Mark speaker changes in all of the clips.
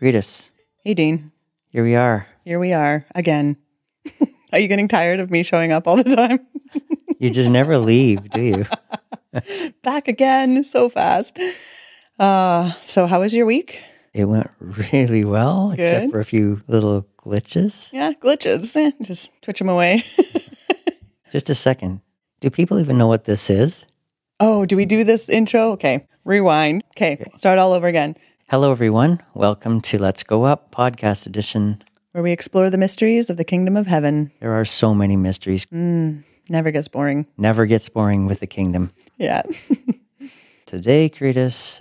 Speaker 1: Read us.
Speaker 2: Hey, Dean.
Speaker 1: Here we are.
Speaker 2: Here we are again. are you getting tired of me showing up all the time?
Speaker 1: You just never leave, do you?
Speaker 2: Back again so fast. Uh, so, how was your week?
Speaker 1: It went really well, except
Speaker 2: Good.
Speaker 1: for a few little glitches.
Speaker 2: Yeah, glitches. Eh, just twitch them away.
Speaker 1: Just a second. Do people even know what this is?
Speaker 2: oh, do we do this intro? Okay. Rewind. Okay. Start all over again,
Speaker 1: Hello, everyone. Welcome to Let's Go Up podcast edition.
Speaker 2: where we explore the mysteries of the kingdom of heaven.
Speaker 1: There are so many mysteries.
Speaker 2: Never gets boring.
Speaker 1: Never gets boring with the kingdom.
Speaker 2: Yeah.
Speaker 1: Today, Cretus,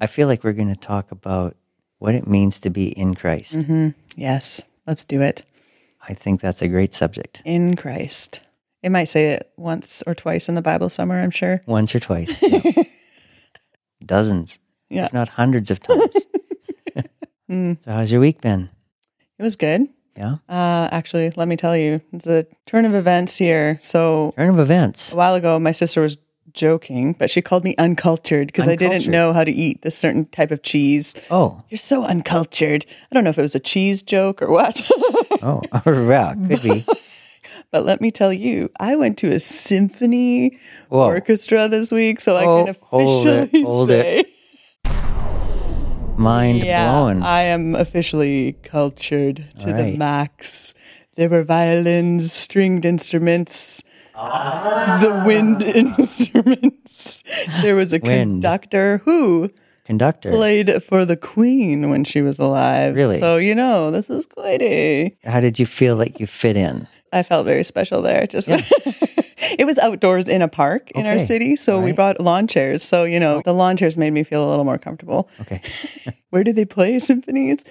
Speaker 1: I feel like we're going to talk about what it means to be in Christ.
Speaker 2: yes. Let's do it
Speaker 1: I think that's a great subject.
Speaker 2: in Christ. It might say it once or twice in the Bible somewhere, I'm sure.
Speaker 1: Once or twice. yeah. Dozens,
Speaker 2: Yeah.
Speaker 1: if not hundreds of times. So, how's your week been?
Speaker 2: It was good.
Speaker 1: Yeah.
Speaker 2: Uh, actually, let me tell you, it's a turn of events here. So
Speaker 1: Turn of events.
Speaker 2: a while ago, my sister was joking, but she called me uncultured because I didn't
Speaker 1: Uncultured.
Speaker 2: know how to eat this certain type of cheese.
Speaker 1: Oh,
Speaker 2: You're so uncultured. I don't know if it was a cheese joke or what,
Speaker 1: oh, yeah, could be.
Speaker 2: but let me tell you, I went to a symphony
Speaker 1: Whoa.
Speaker 2: orchestra this week, so I
Speaker 1: Oh,
Speaker 2: can
Speaker 1: hold it,
Speaker 2: officially
Speaker 1: hold it.
Speaker 2: say,
Speaker 1: Mind
Speaker 2: yeah, uh,
Speaker 1: blown.
Speaker 2: I am officially cultured to
Speaker 1: All
Speaker 2: the
Speaker 1: right.
Speaker 2: max. There were violins, stringed instruments, the wind instruments. There was a
Speaker 1: Ah. Wind.
Speaker 2: conductor who
Speaker 1: Conductor.
Speaker 2: played for the Queen when she was alive.
Speaker 1: Really?
Speaker 2: So you know, this is quite a.
Speaker 1: How did you feel like you fit in?
Speaker 2: I felt very special there. Just. It was outdoors in a park in our
Speaker 1: Okay.
Speaker 2: city, so we
Speaker 1: Alright.
Speaker 2: brought lawn chairs. So, you know, the lawn chairs made me feel a little more comfortable.
Speaker 1: Okay.
Speaker 2: Where do they play symphonies?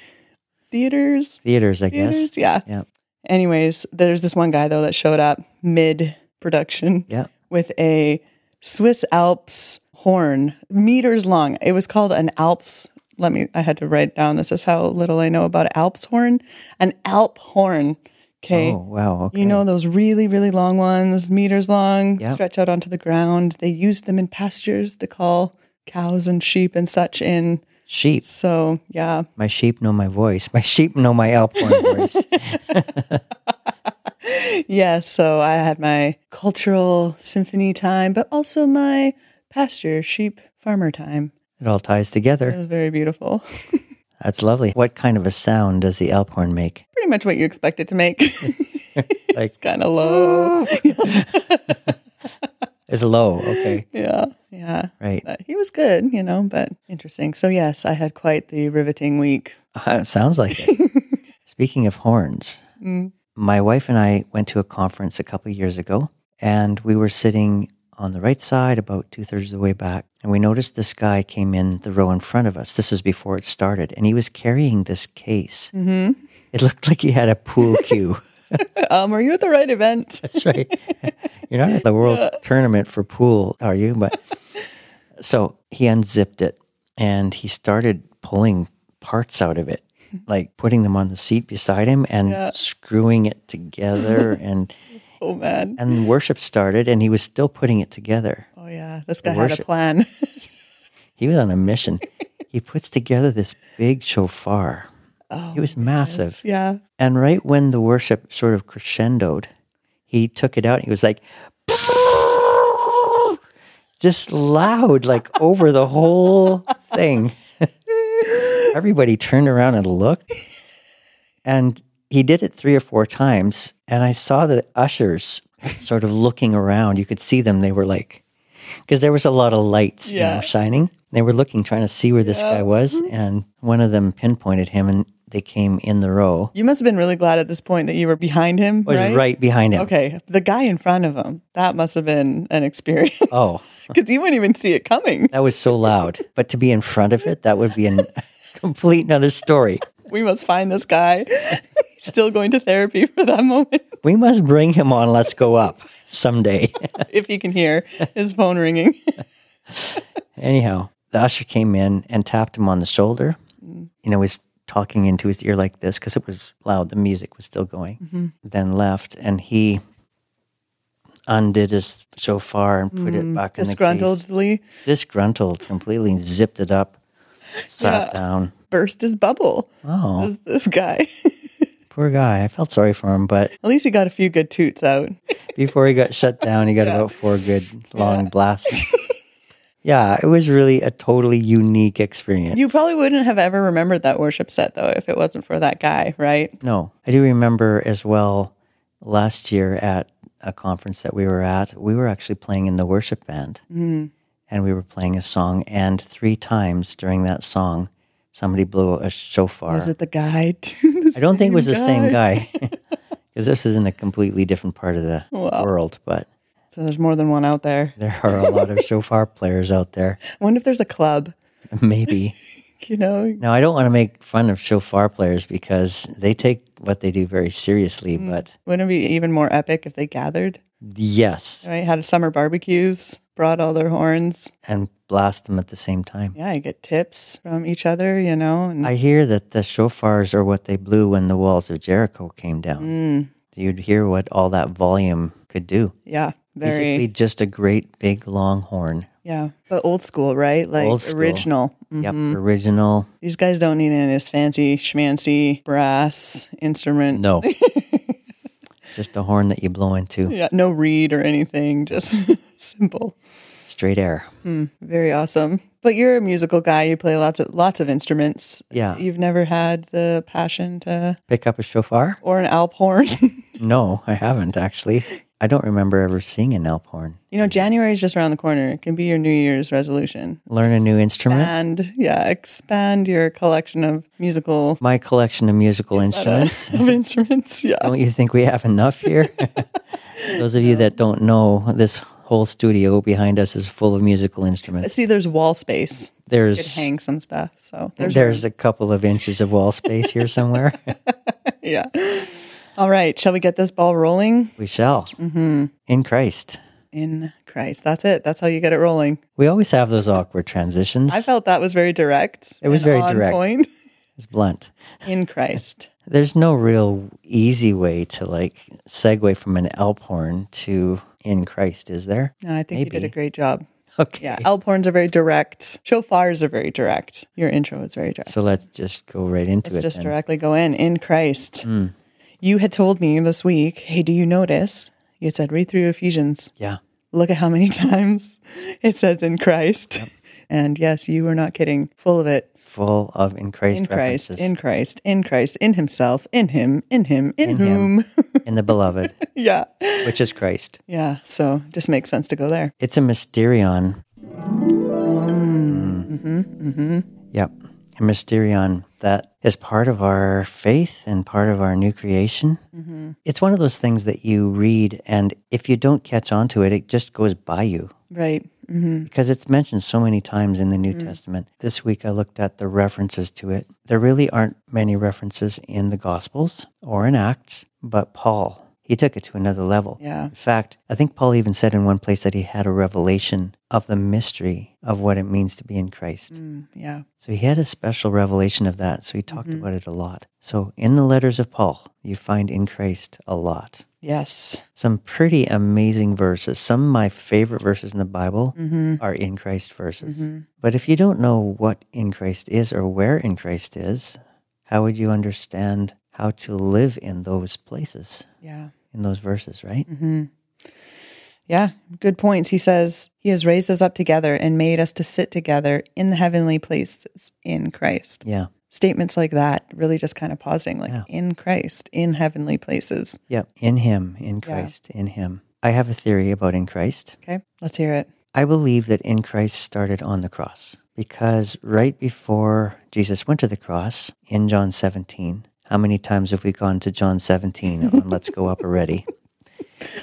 Speaker 2: Theaters?
Speaker 1: Theaters, I
Speaker 2: Theaters?
Speaker 1: guess.
Speaker 2: Yeah.
Speaker 1: Yeah.
Speaker 2: Anyways, there's this one guy though that showed up mid production
Speaker 1: Yeah.
Speaker 2: with a Swiss Alps horn, meters long. It was called an Alps. Let me, I had to write down. This is how little I know about Alps horn. An Alp horn. Okay.
Speaker 1: Oh, wow. Okay.
Speaker 2: You know, those really, really long ones, meters long,
Speaker 1: Yeah.
Speaker 2: stretch out onto the ground. They used them in pastures to call cows and sheep and such in.
Speaker 1: sheep.
Speaker 2: So, yeah.
Speaker 1: My sheep know my voice. My sheep know my Alphorn voice.
Speaker 2: Yeah, so I had my cultural symphony time, but also my pasture sheep farmer time.
Speaker 1: It all ties
Speaker 2: It
Speaker 1: together.
Speaker 2: was very beautiful.
Speaker 1: That's lovely. What kind of a sound does the Alphorn make?
Speaker 2: Pretty much what you expect it to make.
Speaker 1: Like "Ah!"
Speaker 2: it's kind of low.
Speaker 1: it's low. Okay.
Speaker 2: yeah, yeah.
Speaker 1: Right.
Speaker 2: But he was good, you know, but interesting. So, yes, I had quite the riveting week.
Speaker 1: Uh, it sounds like it. Speaking of horns, my wife and I went to a conference a couple of years ago, and we were sitting on the right side about two thirds of the way back, and we noticed this guy came in the row in front of us. This is before it started, and he was carrying this case. Mm-hmm. It looked like he had a pool cue.
Speaker 2: Um, were you at the right event?
Speaker 1: That's right. You're not at the world tournament for pool, are you? But so he unzipped it and he started pulling parts out of it, like putting them on the seat beside him and screwing it together and
Speaker 2: Oh, man.
Speaker 1: and worship started and he was still putting it together.
Speaker 2: Oh, yeah. This guy had a
Speaker 1: Worship.
Speaker 2: plan.
Speaker 1: He was on a mission. He puts together this big shofar. Oh, he was massive.
Speaker 2: yeah.
Speaker 1: And right when the worship sort of crescendoed, he took it out and he was like, just loud, like over the whole thing. Everybody turned around and looked. And he did it three or four times. And I saw the ushers sort of looking around. You could see them. They were like, because there was a lot of lights you know,
Speaker 2: Yeah.
Speaker 1: shining. They were looking, trying to see where this guy was. And one of them pinpointed him and they came in the row.
Speaker 2: You must have been really glad at this point that you were behind him,
Speaker 1: Was right, behind him.
Speaker 2: Okay. The guy in front of him. That must have been an experience.
Speaker 1: Oh,
Speaker 2: Because you wouldn't even see it coming.
Speaker 1: that was so loud. But to be in front of it, that would be a complete another story.
Speaker 2: We must find this guy. He's still going to therapy for that moment.
Speaker 1: We must bring him on. Let's go up someday.
Speaker 2: If he can hear his phone ringing.
Speaker 1: Anyhow, the usher came in and tapped him on the shoulder. You know, was talking into his ear like this because it was loud. The music was still going. Then left, and he undid his shofar and put it back in the case.
Speaker 2: Disgruntledly.
Speaker 1: Disgruntled, completely zipped it up, sat down.
Speaker 2: burst his bubble.
Speaker 1: Oh,
Speaker 2: This- This guy.
Speaker 1: poor guy. I felt sorry for him, but
Speaker 2: At least he got a few good toots out.
Speaker 1: before he got shut down, he got about four good long blasts. yeah, it was really a totally unique experience.
Speaker 2: You probably wouldn't have ever remembered that worship set though if it wasn't for that guy, right?
Speaker 1: No, I do remember as well last year at a conference that we were at, we were actually playing in the worship band
Speaker 2: Mm.
Speaker 1: and we were playing a song. And three times during that song, somebody blew a shofar.
Speaker 2: Was it the guy? to the
Speaker 1: I don't think it was the
Speaker 2: same
Speaker 1: same guy because this is in a completely different part of the
Speaker 2: Wow.
Speaker 1: world, but
Speaker 2: So there's more than one out there.
Speaker 1: there are a lot of shofar players out there.
Speaker 2: I wonder if there's a club.
Speaker 1: Maybe.
Speaker 2: You know,
Speaker 1: Now, I don't want to make fun of shofar players because they take what they do very seriously, but
Speaker 2: wouldn't it be even more epic if they gathered?
Speaker 1: yes.
Speaker 2: Right? Had summer barbecues, brought all their horns.
Speaker 1: and blast them at the same time.
Speaker 2: Yeah, you get tips from each other, you know, and
Speaker 1: I hear that the shofars are what they blew when the walls of Jericho came down. You'd hear what all that volume could do.
Speaker 2: yeah, very
Speaker 1: Basically, just a great big long horn.
Speaker 2: yeah, but old school, right? Like
Speaker 1: Old school.
Speaker 2: original. Mm.
Speaker 1: Yep, original.
Speaker 2: These guys don't need any of this fancy schmancy brass instrument.
Speaker 1: No, just a horn that you blow into
Speaker 2: Yeah, no reed or anything, just simple.
Speaker 1: straight air.
Speaker 2: Very awesome. But you're a musical guy. You play lots of lots of instruments.
Speaker 1: Yeah.
Speaker 2: You've never had the passion to
Speaker 1: Pick up a shofar?
Speaker 2: or an alp horn.
Speaker 1: No, I haven't actually. I don't remember ever seeing an alp horn.
Speaker 2: you know, January is just around the corner. It can be your New Year's resolution.
Speaker 1: Learn a new instrument.
Speaker 2: And yeah, expand your collection of musical
Speaker 1: My collection of musical instruments.
Speaker 2: of instruments. Yeah.
Speaker 1: Don't you think we have enough here? Those of you that
Speaker 2: Um,
Speaker 1: don't know, this whole studio behind us is full of musical instruments.
Speaker 2: See, there's wall space. You could
Speaker 1: There's
Speaker 2: hang some stuff. So there's,
Speaker 1: there's a couple of inches of wall space here somewhere.
Speaker 2: yeah. All right. Shall we get this ball rolling?
Speaker 1: we shall. Mm-hmm. In Christ.
Speaker 2: In Christ. That's it. That's how you get it rolling.
Speaker 1: We always have those awkward transitions.
Speaker 2: I felt that was very direct. It
Speaker 1: was very direct.
Speaker 2: Point.
Speaker 1: it's blunt.
Speaker 2: In Christ.
Speaker 1: There's no real easy way to like segue from an elp horn to in Christ, is there?
Speaker 2: No, I think you did
Speaker 1: Maybe.
Speaker 2: a great job.
Speaker 1: Okay.
Speaker 2: Yeah, alp horns are very direct. Shofars are very direct. Your intro is very direct.
Speaker 1: So let's just go right into
Speaker 2: Let's
Speaker 1: it.
Speaker 2: just
Speaker 1: then. Hmm.
Speaker 2: directly go in. In Christ. You had told me this week, hey, do you notice? You said, read through Ephesians.
Speaker 1: Yeah.
Speaker 2: Look at how many times it says in Christ. And yes, you were not kidding. Full of it.
Speaker 1: Full of in Christ
Speaker 2: In Christ,
Speaker 1: references.
Speaker 2: in Christ, in Christ, in Himself, in Him, in Him, in, whom.
Speaker 1: in the beloved,
Speaker 2: yeah.
Speaker 1: which is Christ.
Speaker 2: Yeah. So just makes sense to go there.
Speaker 1: It's a Mysterion.
Speaker 2: Mm,
Speaker 1: Mm.
Speaker 2: mm-hmm,
Speaker 1: Yep. A Mysterion that is part of our faith and part of our new creation.
Speaker 2: Mm-hmm.
Speaker 1: It's one of those things that you read, and if you don't catch on to it, it just goes by you
Speaker 2: Right.
Speaker 1: because it's mentioned so many times in the
Speaker 2: Mm.
Speaker 1: New Testament. This week I looked at the references to it. There really aren't many references in the Gospels or in Acts, but Paul, he took it to another level.
Speaker 2: Yeah.
Speaker 1: In fact, I think Paul even said in one place that he had a revelation of the mystery of what it means to be in Christ.
Speaker 2: Mm, yeah.
Speaker 1: So he had a special revelation of that. So he talked
Speaker 2: Mm-hmm.
Speaker 1: about it a lot. So in the letters of Paul, you find in Christ a lot
Speaker 2: Yes.
Speaker 1: some pretty amazing verses. Some of my favorite verses in the Bible are in Christ verses. But if you don't know what in Christ is or where in Christ is, how would you understand how to live in those places,
Speaker 2: Yeah.
Speaker 1: in those verses, right?
Speaker 2: Yeah, good points. He says, He has raised us up together and made us to sit together in the heavenly places in Christ.
Speaker 1: Yeah.
Speaker 2: Statements like that, really just kind of pausing, like
Speaker 1: Yeah.
Speaker 2: in Christ, in heavenly places.
Speaker 1: Yeah. In Him, in Christ, in Him. I have a theory about in Christ.
Speaker 2: Okay, let's hear it.
Speaker 1: I believe that in Christ started on the cross because right before Jesus went to the cross in John 17, how many times have we gone to John 17 on Let's Go Up already?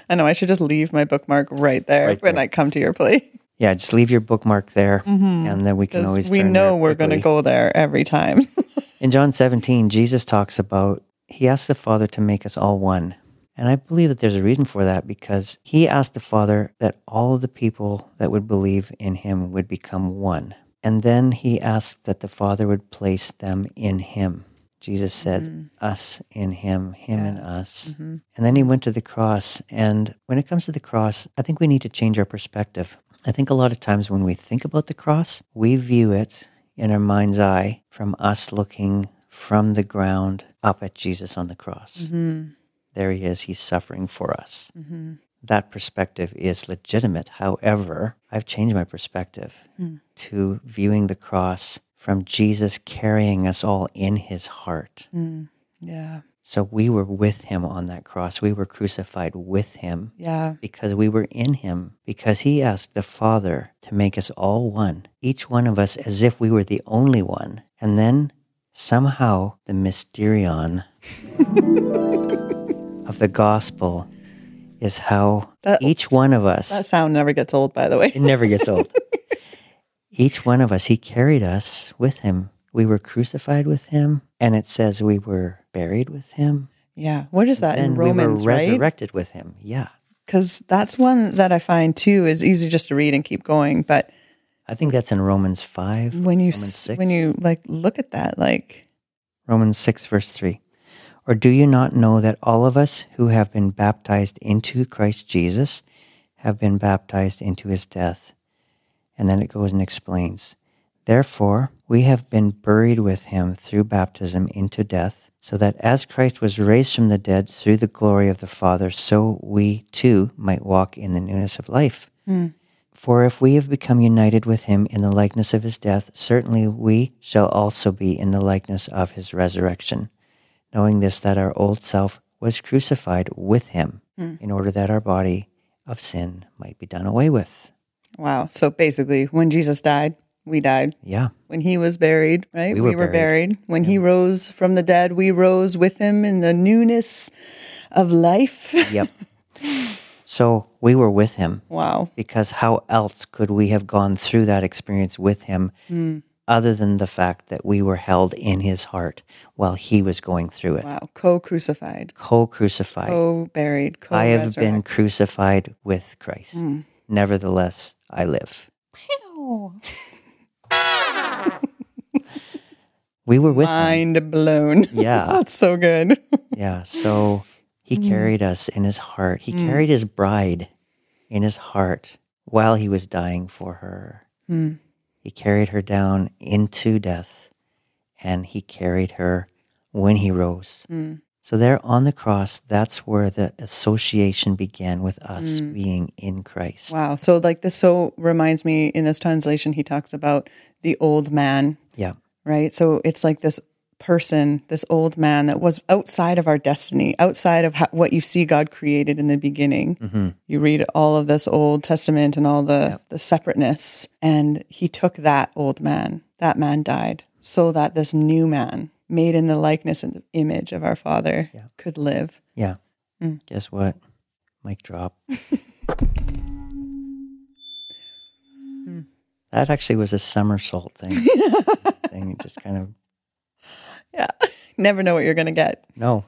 Speaker 2: I know I should just leave my bookmark right there when I come to your place
Speaker 1: Yeah, just leave your bookmark there, and then we can
Speaker 2: Mm-hmm. because
Speaker 1: always.
Speaker 2: we
Speaker 1: turn
Speaker 2: know
Speaker 1: there
Speaker 2: we're going to
Speaker 1: quickly.
Speaker 2: go there every time.
Speaker 1: In John 17, Jesus talks about he asked the Father to make us all one. And I believe that there's a reason for that because he asked the Father that all of the people that would believe in him would become one. And then he asked that the Father would place them in him. Jesus said, us in him, him in us. And then he went to the cross. And when it comes to the cross, I think we need to change our perspective. I think a lot of times when we think about the cross, we view it in our mind's eye from us looking from the ground up at Jesus on the cross. There he is, he's suffering for us. That perspective is legitimate. However, I've changed my perspective to viewing the cross from Jesus carrying us all in his heart.
Speaker 2: Yeah.
Speaker 1: So we were with him on that cross, we were crucified with him
Speaker 2: Yeah.
Speaker 1: because we were in him, because he asked the Father to make us all one, each one of us as if we were the only one. And then somehow the mysterion of the gospel is how
Speaker 2: That-
Speaker 1: each one of us,
Speaker 2: That sound never gets old, by the way.
Speaker 1: it never gets old. each one of us, he carried us with him. We were crucified with him, and it says we were buried with him,
Speaker 2: Yeah. What is that in
Speaker 1: and
Speaker 2: Romans,
Speaker 1: we were
Speaker 2: right?
Speaker 1: resurrected with him. Yeah.
Speaker 2: Because that's one that I find too is easy just to read and keep going. But
Speaker 1: I think that's in Romans 5.
Speaker 2: when you
Speaker 1: Romans
Speaker 2: s
Speaker 1: 6.
Speaker 2: when you like look at that, like
Speaker 1: Romans 6, verse 3. Or do you not know that all of us who have been baptized into Christ Jesus have been baptized into his death? And then it goes and explains. Therefore, we have been buried with him through baptism into death, so that as Christ was raised from the dead through the glory of the Father, so we too might walk in the newness of life. For if we have become united with him in the likeness of his death, certainly we shall also be in the likeness of his resurrection, knowing this that our old self was crucified with him, in order that our body of sin might be done away with.
Speaker 2: wow. So basically, when Jesus died, we died.
Speaker 1: Yeah.
Speaker 2: When he was buried, right?
Speaker 1: We were
Speaker 2: buried. When he rose from the dead, we rose with him in the newness of life.
Speaker 1: Yep. so we were with him
Speaker 2: wow.
Speaker 1: because how else could we have gone through that experience with him other than the fact that we were held in his heart while he was going through it?
Speaker 2: Wow. Co crucified,
Speaker 1: Co crucified.
Speaker 2: co buried, co
Speaker 1: I have been crucified with Christ. Nevertheless, I live.
Speaker 2: Oh,
Speaker 1: We were with him.
Speaker 2: mind blown.
Speaker 1: Yeah.
Speaker 2: That's so good.
Speaker 1: Yeah. So he carried us in his heart. He carried his bride in his heart while he was dying for her. He carried her down into death and he carried her when he rose. So there on the cross, that's where the association began with us being in Christ.
Speaker 2: Wow. So like this so reminds me in this translation he talks about the old man,
Speaker 1: Yeah.
Speaker 2: right? So it's like this person, this old man that was outside of our destiny, outside of ho- what you see God created in the beginning.
Speaker 1: Mm-hmm.
Speaker 2: You read all of this Old Testament and all the the separateness and he took that old man. That man died so that this new man made in the likeness and image of our father could live.
Speaker 1: Yeah. Guess what? Mic drop. that actually was a somersault thing. thing it just kind of
Speaker 2: Yeah. Never know what you're going to get.
Speaker 1: no.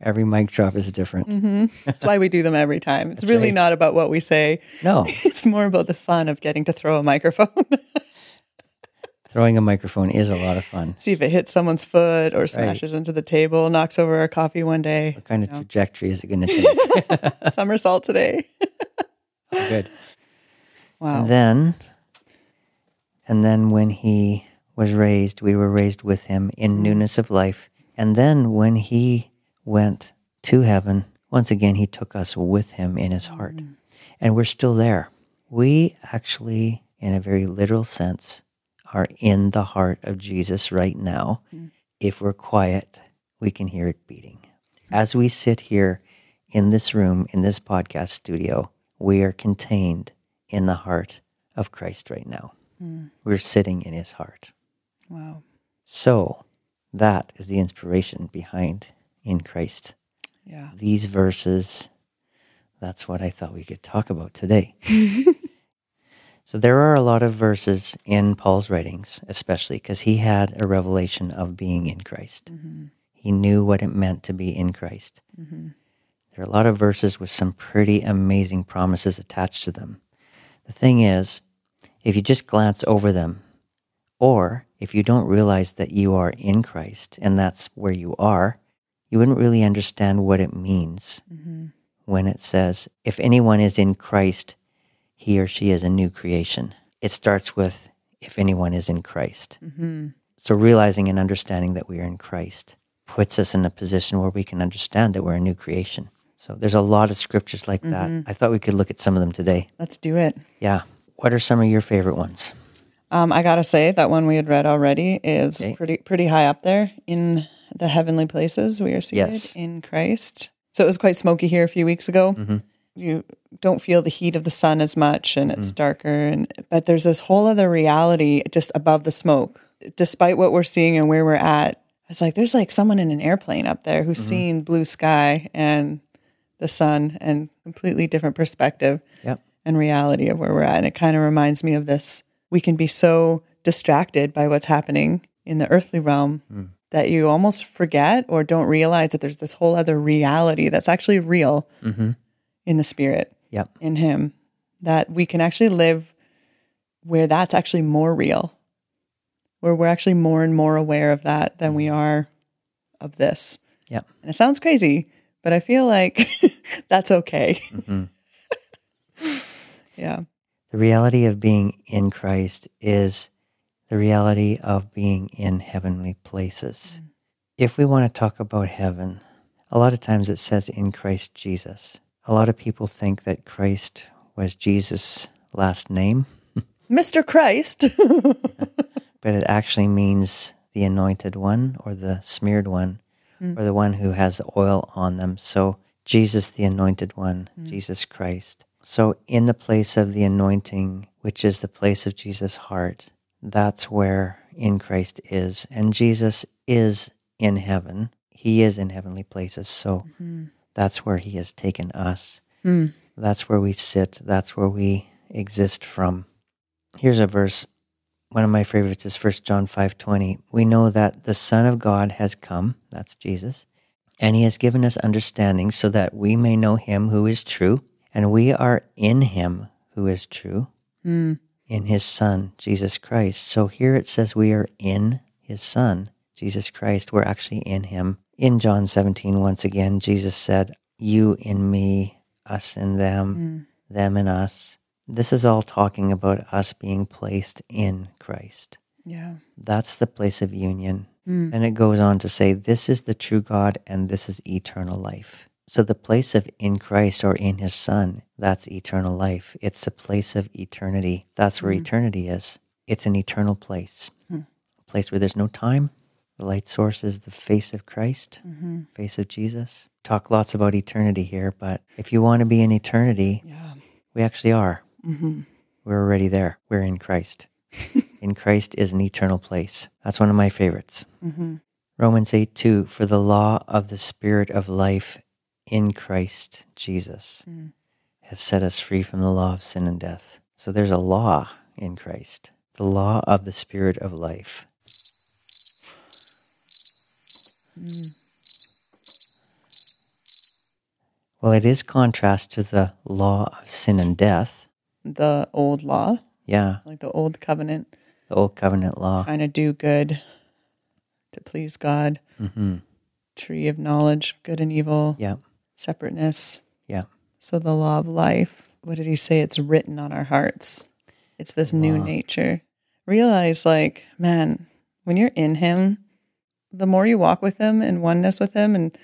Speaker 1: Every mic drop is different.
Speaker 2: That's why we do them every time. It's really
Speaker 1: right.
Speaker 2: not about what we say.
Speaker 1: No,
Speaker 2: It's more about the fun of getting to throw a microphone,
Speaker 1: throwing a microphone is a lot of fun.
Speaker 2: see if it hits someone's foot or smashes into the table, knocks over our coffee one day,
Speaker 1: What kind of trajectory is it going to take?
Speaker 2: somersault today.
Speaker 1: Good.
Speaker 2: Wow.
Speaker 1: And then, and then when he was raised, we were raised with him in newness of life. And then when he went to heaven, once again, he took us with him in his heart. And we're still there. We actually, in a very literal sense, are in the heart of Jesus right now. If we're quiet, we can hear it beating. As we sit here in this room, in this podcast studio, we are contained in the heart of Christ right now. We're sitting in his heart.
Speaker 2: Wow.
Speaker 1: So that is the inspiration behind In Christ.
Speaker 2: Yeah.
Speaker 1: These verses, that's what I thought we could talk about today. so there are a lot of verses in Paul's writings, especially because he had a revelation of being in Christ. He knew what it meant to be in Christ. There are a lot of verses with some pretty amazing promises attached to them. The thing is, if you just glance over them, or if you don't realize that you are in Christ and that's where you are, you wouldn't really understand what it means when it says, if anyone is in Christ, he or she is a new creation. It starts with, if anyone is in Christ. So realizing and understanding that we are in Christ puts us in a position where we can understand that we're a new creation. So there's a lot of scriptures like that. I thought we could look at some of them today.
Speaker 2: Let's do it.
Speaker 1: Yeah. What are some of your favorite ones?
Speaker 2: Um, I gotta say that one we had read already is
Speaker 1: Okay.
Speaker 2: pretty pretty high up there in the heavenly places we are seated
Speaker 1: Yes.
Speaker 2: in Christ. So it was quite smoky here a few weeks ago. You don't feel the heat of the sun as much, and it's darker. And but there's this whole other reality just above the smoke. Despite what we're seeing and where we're at, it's like there's like someone in an airplane up there who's seeing blue sky and the sun and completely different perspective
Speaker 1: Yep.
Speaker 2: and reality of where we're at. And it kind of reminds me of this. We can be so distracted by what's happening in the earthly realm
Speaker 1: Mm.
Speaker 2: that you almost forget or don't realize that there's this whole other reality that's actually real in the spirit,
Speaker 1: Yep.
Speaker 2: in Him, that we can actually live where that's actually more real, where we're actually more and more aware of that than we are of this.
Speaker 1: Mm. Yep.
Speaker 2: And it sounds crazy, but I feel like that's okay.
Speaker 1: Mm-hmm.
Speaker 2: yeah.
Speaker 1: The reality of being in Christ is the reality of being in heavenly places. If we want to talk about heaven, a lot of times it says in Christ Jesus. A lot of people think that Christ was Jesus' last name,
Speaker 2: Mr. Christ.
Speaker 1: but it actually means the anointed one or the smeared one or the one who has oil on them. So, Jesus, the anointed one, Jesus Christ. So, in the place of the anointing, which is the place of Jesus' heart, that's where in Christ is. And Jesus is in heaven, He is in heavenly places. So, that's where He has taken us. That's where we sit, that's where we exist from. Here's a verse one of my favorites is 1 John 5:20. We know that the Son of God has come, that's Jesus, and he has given us understanding so that we may know him who is true, and we are in him who is true, in his son Jesus Christ. So here it says we are in his son Jesus Christ. We're actually in him. In John 17 once again Jesus said, "You in me, us in them." them and us. This is all talking about us being placed in Christ.
Speaker 2: yeah.
Speaker 1: That's the place of union. And it goes on to say, This is the true God and this is eternal life. So the place of in Christ or in his Son, that's eternal life. It's the place of eternity. That's where eternity is. It's an eternal place, a place where there's no time. The light source is the face of Christ, face of Jesus. Talk lots about eternity here, but if you want to be in eternity,
Speaker 2: Yeah.
Speaker 1: we actually are.
Speaker 2: Mm-hmm.
Speaker 1: We're already there. We're in Christ. in Christ is an eternal place. That's one of my favorites.
Speaker 2: Mm-hmm.
Speaker 1: Romans 8 2 For the law of the Spirit of life in Christ Jesus has set us free from the law of sin and death. So there's a law in Christ, the law of the Spirit of life. Well, it is contrast to the law of sin and death.
Speaker 2: The old law,
Speaker 1: Yeah,
Speaker 2: like the old covenant,
Speaker 1: the old covenant law.
Speaker 2: trying to do good to please God,
Speaker 1: hmm
Speaker 2: tree of knowledge, good and evil,
Speaker 1: Yeah,
Speaker 2: separateness.
Speaker 1: yeah,
Speaker 2: So the law of life, what did he say? It's written on our hearts. It's this new nature. Realize, like, man, when you're in him, the more you walk with him in oneness with him and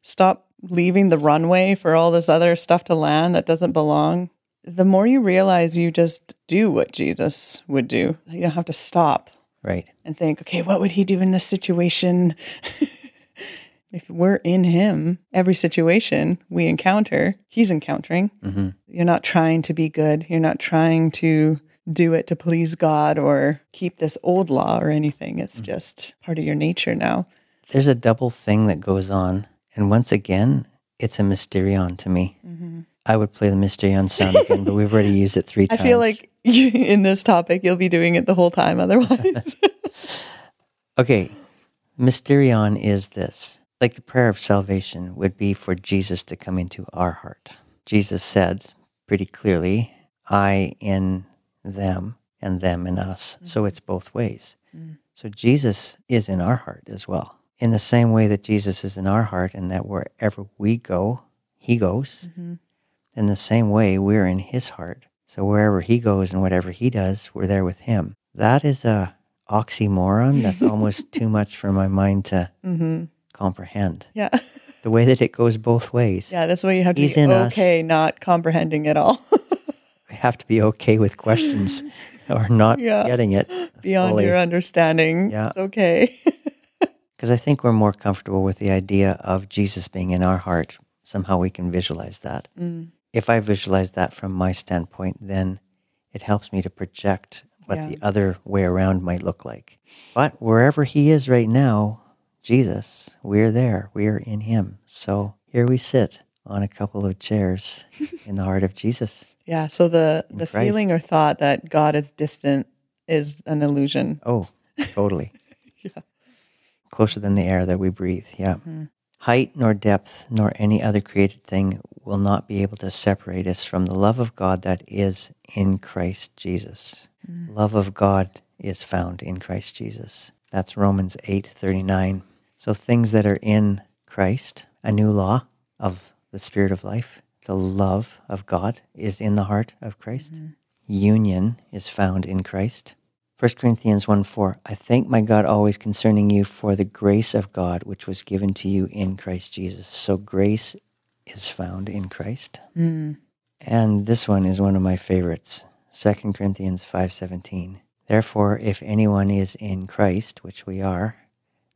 Speaker 2: stop leaving the runway for all this other stuff to land that doesn't belong, the more you realize you just do what Jesus would do. You don't have to stop
Speaker 1: right.
Speaker 2: and think, okay, what would he do in this situation? if we're in him, every situation we encounter, he's encountering.
Speaker 1: Mm-hmm.
Speaker 2: You're not trying to be good. You're not trying to do it to please God or keep this old law or anything. It's
Speaker 1: Mm.
Speaker 2: just part of your nature now.
Speaker 1: There's a double thing that goes on. And once again, it's a mysterion to me. I would play the mysterion sound again, but we've already used it three
Speaker 2: Mm-hmm. I
Speaker 1: times.
Speaker 2: feel like in this topic, you'll be doing it the whole time otherwise.
Speaker 1: Okay, mysterion is this. Like the prayer of salvation would be for Jesus to come into our heart. Jesus said pretty clearly, I in them and them in us. So it's both ways. So Jesus is in our heart as well. In the same way that Jesus is in our heart and that wherever we go, he goes. In the same way, we're in his heart. So wherever he goes and whatever he does, we're there with him. That is a oxymoron. That's almost too much for my mind to comprehend.
Speaker 2: Mm-hmm. Yeah.
Speaker 1: The way that it goes both ways.
Speaker 2: Yeah, that's why you have to
Speaker 1: He's
Speaker 2: be
Speaker 1: in us.
Speaker 2: okay not comprehending at all
Speaker 1: I have to be okay with questions or not
Speaker 2: Yeah.
Speaker 1: getting it
Speaker 2: beyond
Speaker 1: fully.
Speaker 2: your understanding.
Speaker 1: Yeah.
Speaker 2: It's okay.
Speaker 1: Because I think we're more comfortable with the idea of Jesus being in our heart. Somehow we can visualize that.
Speaker 2: Mm.
Speaker 1: If I visualize that from my standpoint, then it helps me to project what
Speaker 2: Yeah.
Speaker 1: the other way around might look like. But wherever he is right now, Jesus, we're there. We are in him. So here we sit on a couple of chairs in the heart of Jesus.
Speaker 2: yeah. So the, the
Speaker 1: Oh, Christ.
Speaker 2: feeling or thought that God is distant is an illusion.
Speaker 1: Oh, totally. Closer than the air that we breathe. Yeah. Height nor depth nor any other created thing will not be able to separate us from the love of God that is in Christ Jesus. Love of God is found in Christ Jesus. That's Romans 8:39. So things that are in Christ, a new law of the spirit of life, the love of God is in the heart of Christ. Union is found in Christ. 1 Corinthians 1 4, I thank my God always concerning you for the grace of God which was given to you in Christ Jesus. So grace is found in Christ. And this one is one of my favorites. 2 Corinthians 5:17. Therefore, if anyone is in Christ, which we are,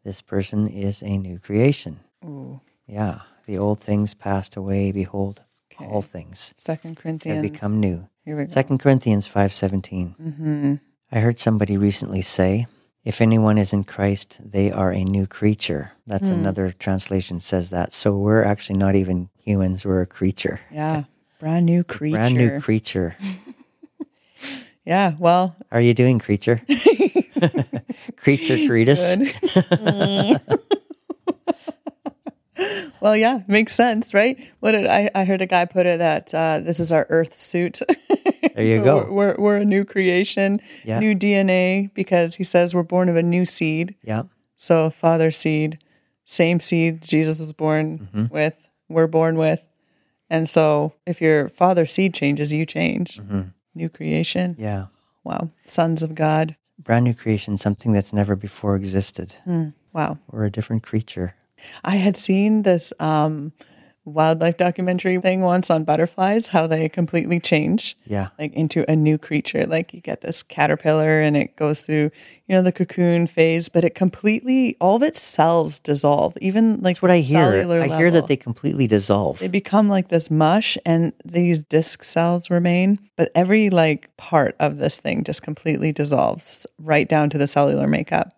Speaker 1: this person is a new creation.
Speaker 2: Ooh.
Speaker 1: Yeah, the old things passed away, behold,
Speaker 2: Okay.
Speaker 1: all things
Speaker 2: Second
Speaker 1: have
Speaker 2: Corinthians.
Speaker 1: become new.
Speaker 2: Here we go.
Speaker 1: Second Corinthians 5:17.
Speaker 2: mm-hmm.
Speaker 1: I heard somebody recently say, if anyone is in Christ, they are a new creature. That's
Speaker 2: Hmm.
Speaker 1: another translation says that. So we're actually not even humans, we're a creature.
Speaker 2: Yeah. Brand new creature.
Speaker 1: Brand new creature.
Speaker 2: yeah. Well,
Speaker 1: How are you doing, creature? creature creatus.
Speaker 2: good. well, yeah, makes sense, right? What did I, I heard a guy put it that uh, this is our earth suit.
Speaker 1: There you
Speaker 2: we're,
Speaker 1: go.
Speaker 2: we're, we're a new creation,
Speaker 1: Yeah.
Speaker 2: new DNA, because he says we're born of a new seed.
Speaker 1: Yeah.
Speaker 2: So, father seed, same seed Jesus was born
Speaker 1: Mm-hmm.
Speaker 2: with, we're born with. And so, if your father seed changes, you change.
Speaker 1: Mm-hmm.
Speaker 2: New creation.
Speaker 1: Yeah.
Speaker 2: Wow. Sons of God.
Speaker 1: Brand new creation, something that's never before existed.
Speaker 2: Hmm. Wow.
Speaker 1: We're a different creature.
Speaker 2: I had seen this um, wildlife documentary thing once on butterflies, how they completely change
Speaker 1: Yeah.
Speaker 2: like into a new creature. Like you get this caterpillar and it goes through, you know, the cocoon phase, but it completely all of its cells dissolve. Even like
Speaker 1: That's what I hear.
Speaker 2: cellular
Speaker 1: I hear
Speaker 2: level.
Speaker 1: that they completely dissolve.
Speaker 2: they become like this mush and these disc cells remain, but every like part of this thing just completely dissolves right down to the cellular makeup.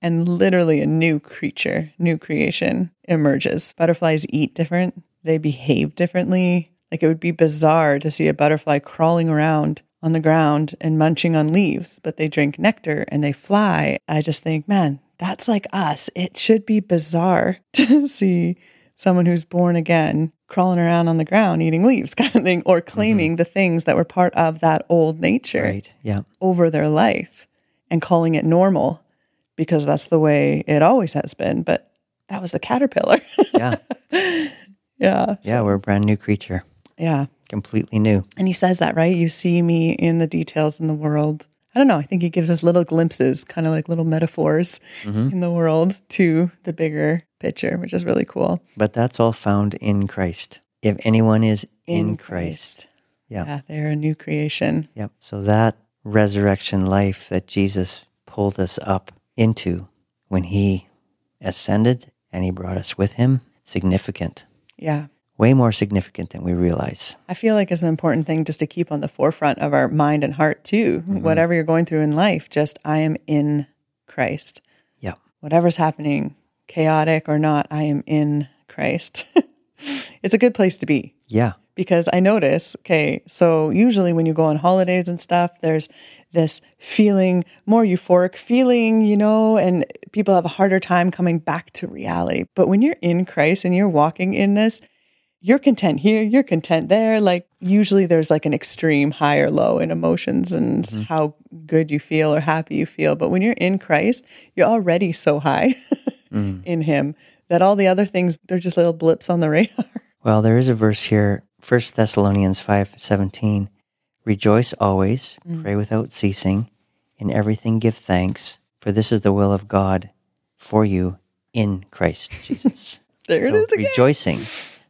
Speaker 2: And literally a new creature, new creation emerges. Butterflies eat different, they behave differently. Like it would be bizarre to see a butterfly crawling around on the ground and munching on leaves, but they drink nectar and they fly. I just think, man, that's like us. It should be bizarre to see someone who's born again crawling around on the ground eating leaves kind of thing or claiming the things that were part of that old nature
Speaker 1: Right. Yeah.
Speaker 2: over their life and calling it normal because that's the way it always has been but that was the caterpillar
Speaker 1: Yeah.
Speaker 2: yeah
Speaker 1: Yeah. We're a brand new creature.
Speaker 2: yeah
Speaker 1: Completely new.
Speaker 2: and he says that right you see me in the details in the world i don't know i think he gives us little glimpses kind of like little metaphors
Speaker 1: Mm-hmm.
Speaker 2: in the world to the bigger picture which is really cool
Speaker 1: But that's all found in Christ. If anyone is in, Christ. Yeah.
Speaker 2: yeah they're a new creation
Speaker 1: Yep. So that resurrection life that Jesus pulled us up into when he ascended and he brought us with him, significant.
Speaker 2: yeah
Speaker 1: Way more significant than we realize.
Speaker 2: I feel like it's an important thing just to keep on the forefront of our mind and heart too.
Speaker 1: Mm-hmm.
Speaker 2: Whatever you're going through in life, just I am in Christ.
Speaker 1: Yeah.
Speaker 2: Whatever's happening, chaotic or not, I am in Christ. it's a good place to be
Speaker 1: Yeah.
Speaker 2: because I notice, okay, so usually when you go on holidays and stuff, there's this feeling, more euphoric feeling, you know, and people have a harder time coming back to reality. But when you're in Christ and you're walking in this, you're content here, you're content there. Like usually there's like an extreme high or low in emotions and how good you feel or happy you feel. But when you're in Christ, you're already so high in Him that all the other things, they're just little blips on the radar.
Speaker 1: Well, there is a verse here, 1
Speaker 2: Mm.
Speaker 1: Thessalonians 5 17. Rejoice always, pray without ceasing. In everything, give thanks, for this is the will of God for you in Christ Jesus.
Speaker 2: There it
Speaker 1: So
Speaker 2: is again.
Speaker 1: rejoicing.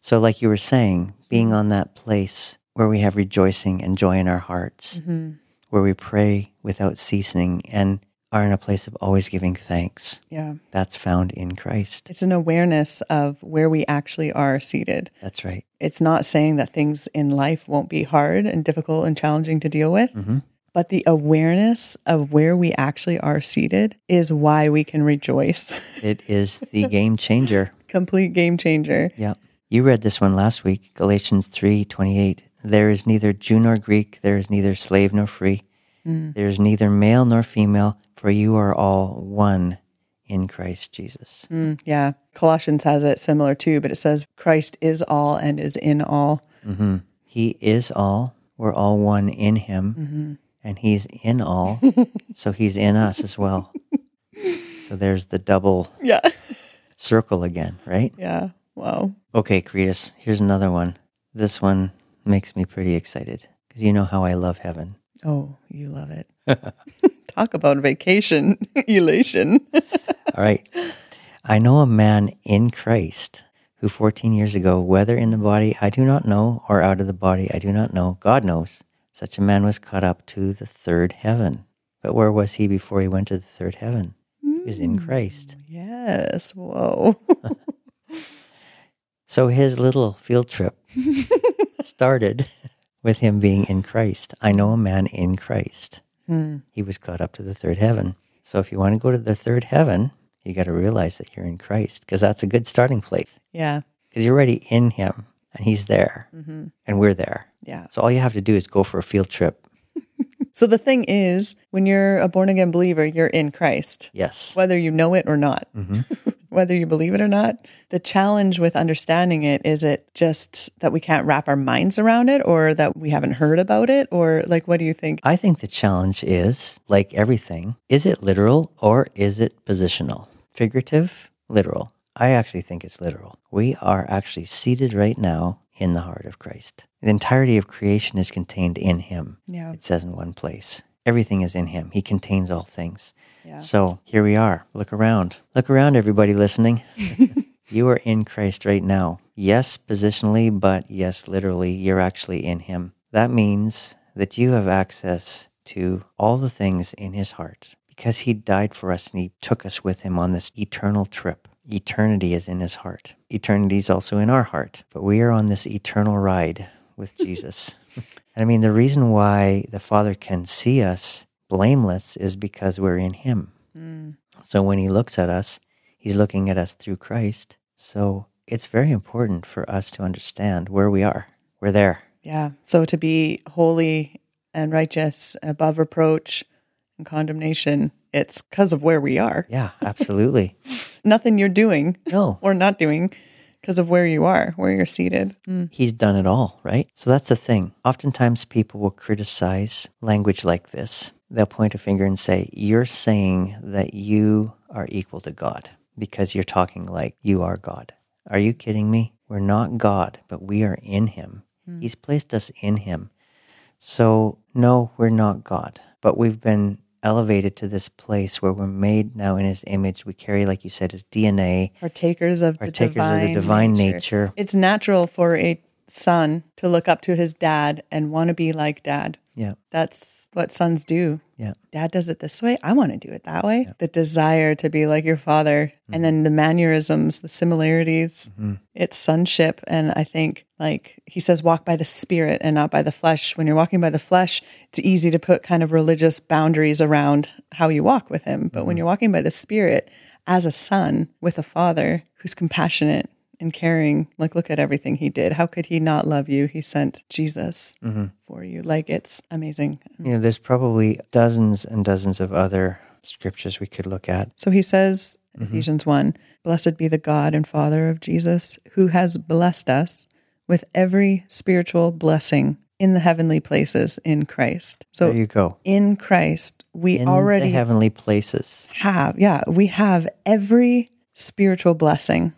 Speaker 1: So, like you were saying, being on that place where we have rejoicing and joy in our hearts,
Speaker 2: Mm-hmm.
Speaker 1: where we pray without ceasing and are in a place of always giving thanks,
Speaker 2: Yeah.
Speaker 1: that's found in Christ.
Speaker 2: It's an awareness of where we actually are seated.
Speaker 1: That's right.
Speaker 2: It's not saying that things in life won't be hard and difficult and challenging to deal with,
Speaker 1: Mhm.
Speaker 2: but the awareness of where we actually are seated is why we can rejoice.
Speaker 1: It is the game changer.
Speaker 2: Complete game changer.
Speaker 1: Yeah. You read this one last week, Galatians 3:28. There is neither Jew nor Greek, there is neither slave nor free. There is neither male nor female, for you are all one in Christ Jesus.
Speaker 2: Mm, yeah. Colossians has it similar too, but it says Christ is all and is in all.
Speaker 1: He is all. We're all one in him. And he's in all. so he's in us as well. So there's the double
Speaker 2: Yeah.
Speaker 1: circle again, right?
Speaker 2: Yeah. Wow.
Speaker 1: Okay, Cretus, here's another one. This one makes me pretty excited because you know how I love heaven.
Speaker 2: Oh, you love it. Talk about vacation elation.
Speaker 1: All right. I know a man in Christ who 14 years ago, whether in the body I do not know or out of the body I do not know, God knows, such a man was caught up to the third heaven. But where was he before he went to the third heaven? He was in Christ.
Speaker 2: yes. Whoa.
Speaker 1: So his little field trip started with him being in Christ. I know a man in Christ. He was caught up to the third heaven. So if you want to go to the third heaven, you got to realize that you're in Christ because that's a good starting place.
Speaker 2: yeah.
Speaker 1: because you're already in him and he's there and we're there.
Speaker 2: Yeah.
Speaker 1: So all you have to do is go for a field trip.
Speaker 2: So the thing is, when you're a born again believer, you're in Christ,
Speaker 1: Yes.
Speaker 2: whether you know it or not, whether you believe it or not. The challenge with understanding it is it just that we can't wrap our minds around it or that we haven't heard about it? Or like, what do you think?
Speaker 1: I think the challenge is like everything, is it literal or is it positional? Figurative, literal. I actually think it's literal. We are actually seated right now in the heart of Christ. The entirety of creation is contained in him.
Speaker 2: Yeah.
Speaker 1: It says in one place. Everything is in him. He contains all things.
Speaker 2: Yeah.
Speaker 1: So here we are. Look around. Look around, everybody listening. you are in Christ right now. Yes, positionally, but yes, literally, you're actually in him. That means that you have access to all the things in his heart because he died for us and he took us with him on this eternal trip. Eternity is in his heart. Eternity is also in our heart, but we are on this eternal ride with Jesus. And I mean, the reason why the Father can see us blameless is because we're in Him. So when He looks at us, He's looking at us through Christ. So it's very important for us to understand where we are. We're there.
Speaker 2: Yeah. So to be holy and righteous, above reproach and condemnation, it's because of where we are.
Speaker 1: Yeah, absolutely.
Speaker 2: Nothing you're doing
Speaker 1: no,
Speaker 2: or not doing because of where you are, where you're seated. Mm.
Speaker 1: He's done it all, right? So that's the thing. Oftentimes people will criticize language like this. They'll point a finger and say, You're saying that you are equal to God because you're talking like you are God. Are you kidding me? We're not God, but we are in Him.
Speaker 2: Mm.
Speaker 1: He's placed us in Him. So, no, we're not God, but we've been elevated to this place where we're made now in His image. We carry, like you said, His DNA,
Speaker 2: Partakers of
Speaker 1: partakers
Speaker 2: the divine
Speaker 1: of the divine
Speaker 2: nature.
Speaker 1: nature.
Speaker 2: It's natural for a son to look up to his dad and want to be like dad.
Speaker 1: Yeah,
Speaker 2: That's what sons do.
Speaker 1: yeah.
Speaker 2: Dad does it this way. I want to do it that way. The desire to be like your father, and then the mannerisms, the similarities. It's sonship. And I think, like he says, walk by the spirit and not by the flesh. When you're walking by the flesh, it's easy to put kind of religious boundaries around how you walk with him. But when you're walking by the spirit as a son with a father who's compassionate, and caring, like, look at everything he did. How could he not love you? He sent Jesus for you. Like, it's amazing.
Speaker 1: You know, there's probably dozens and dozens of other scriptures we could look at.
Speaker 2: So he says,
Speaker 1: Mm-hmm.
Speaker 2: Ephesians 1 Blessed be the God and Father of Jesus, who has blessed us with every spiritual blessing in the heavenly places in Christ.
Speaker 1: There
Speaker 2: So
Speaker 1: you go.
Speaker 2: in Christ, we
Speaker 1: In
Speaker 2: already
Speaker 1: the heavenly places.
Speaker 2: have, yeah, we have every spiritual blessing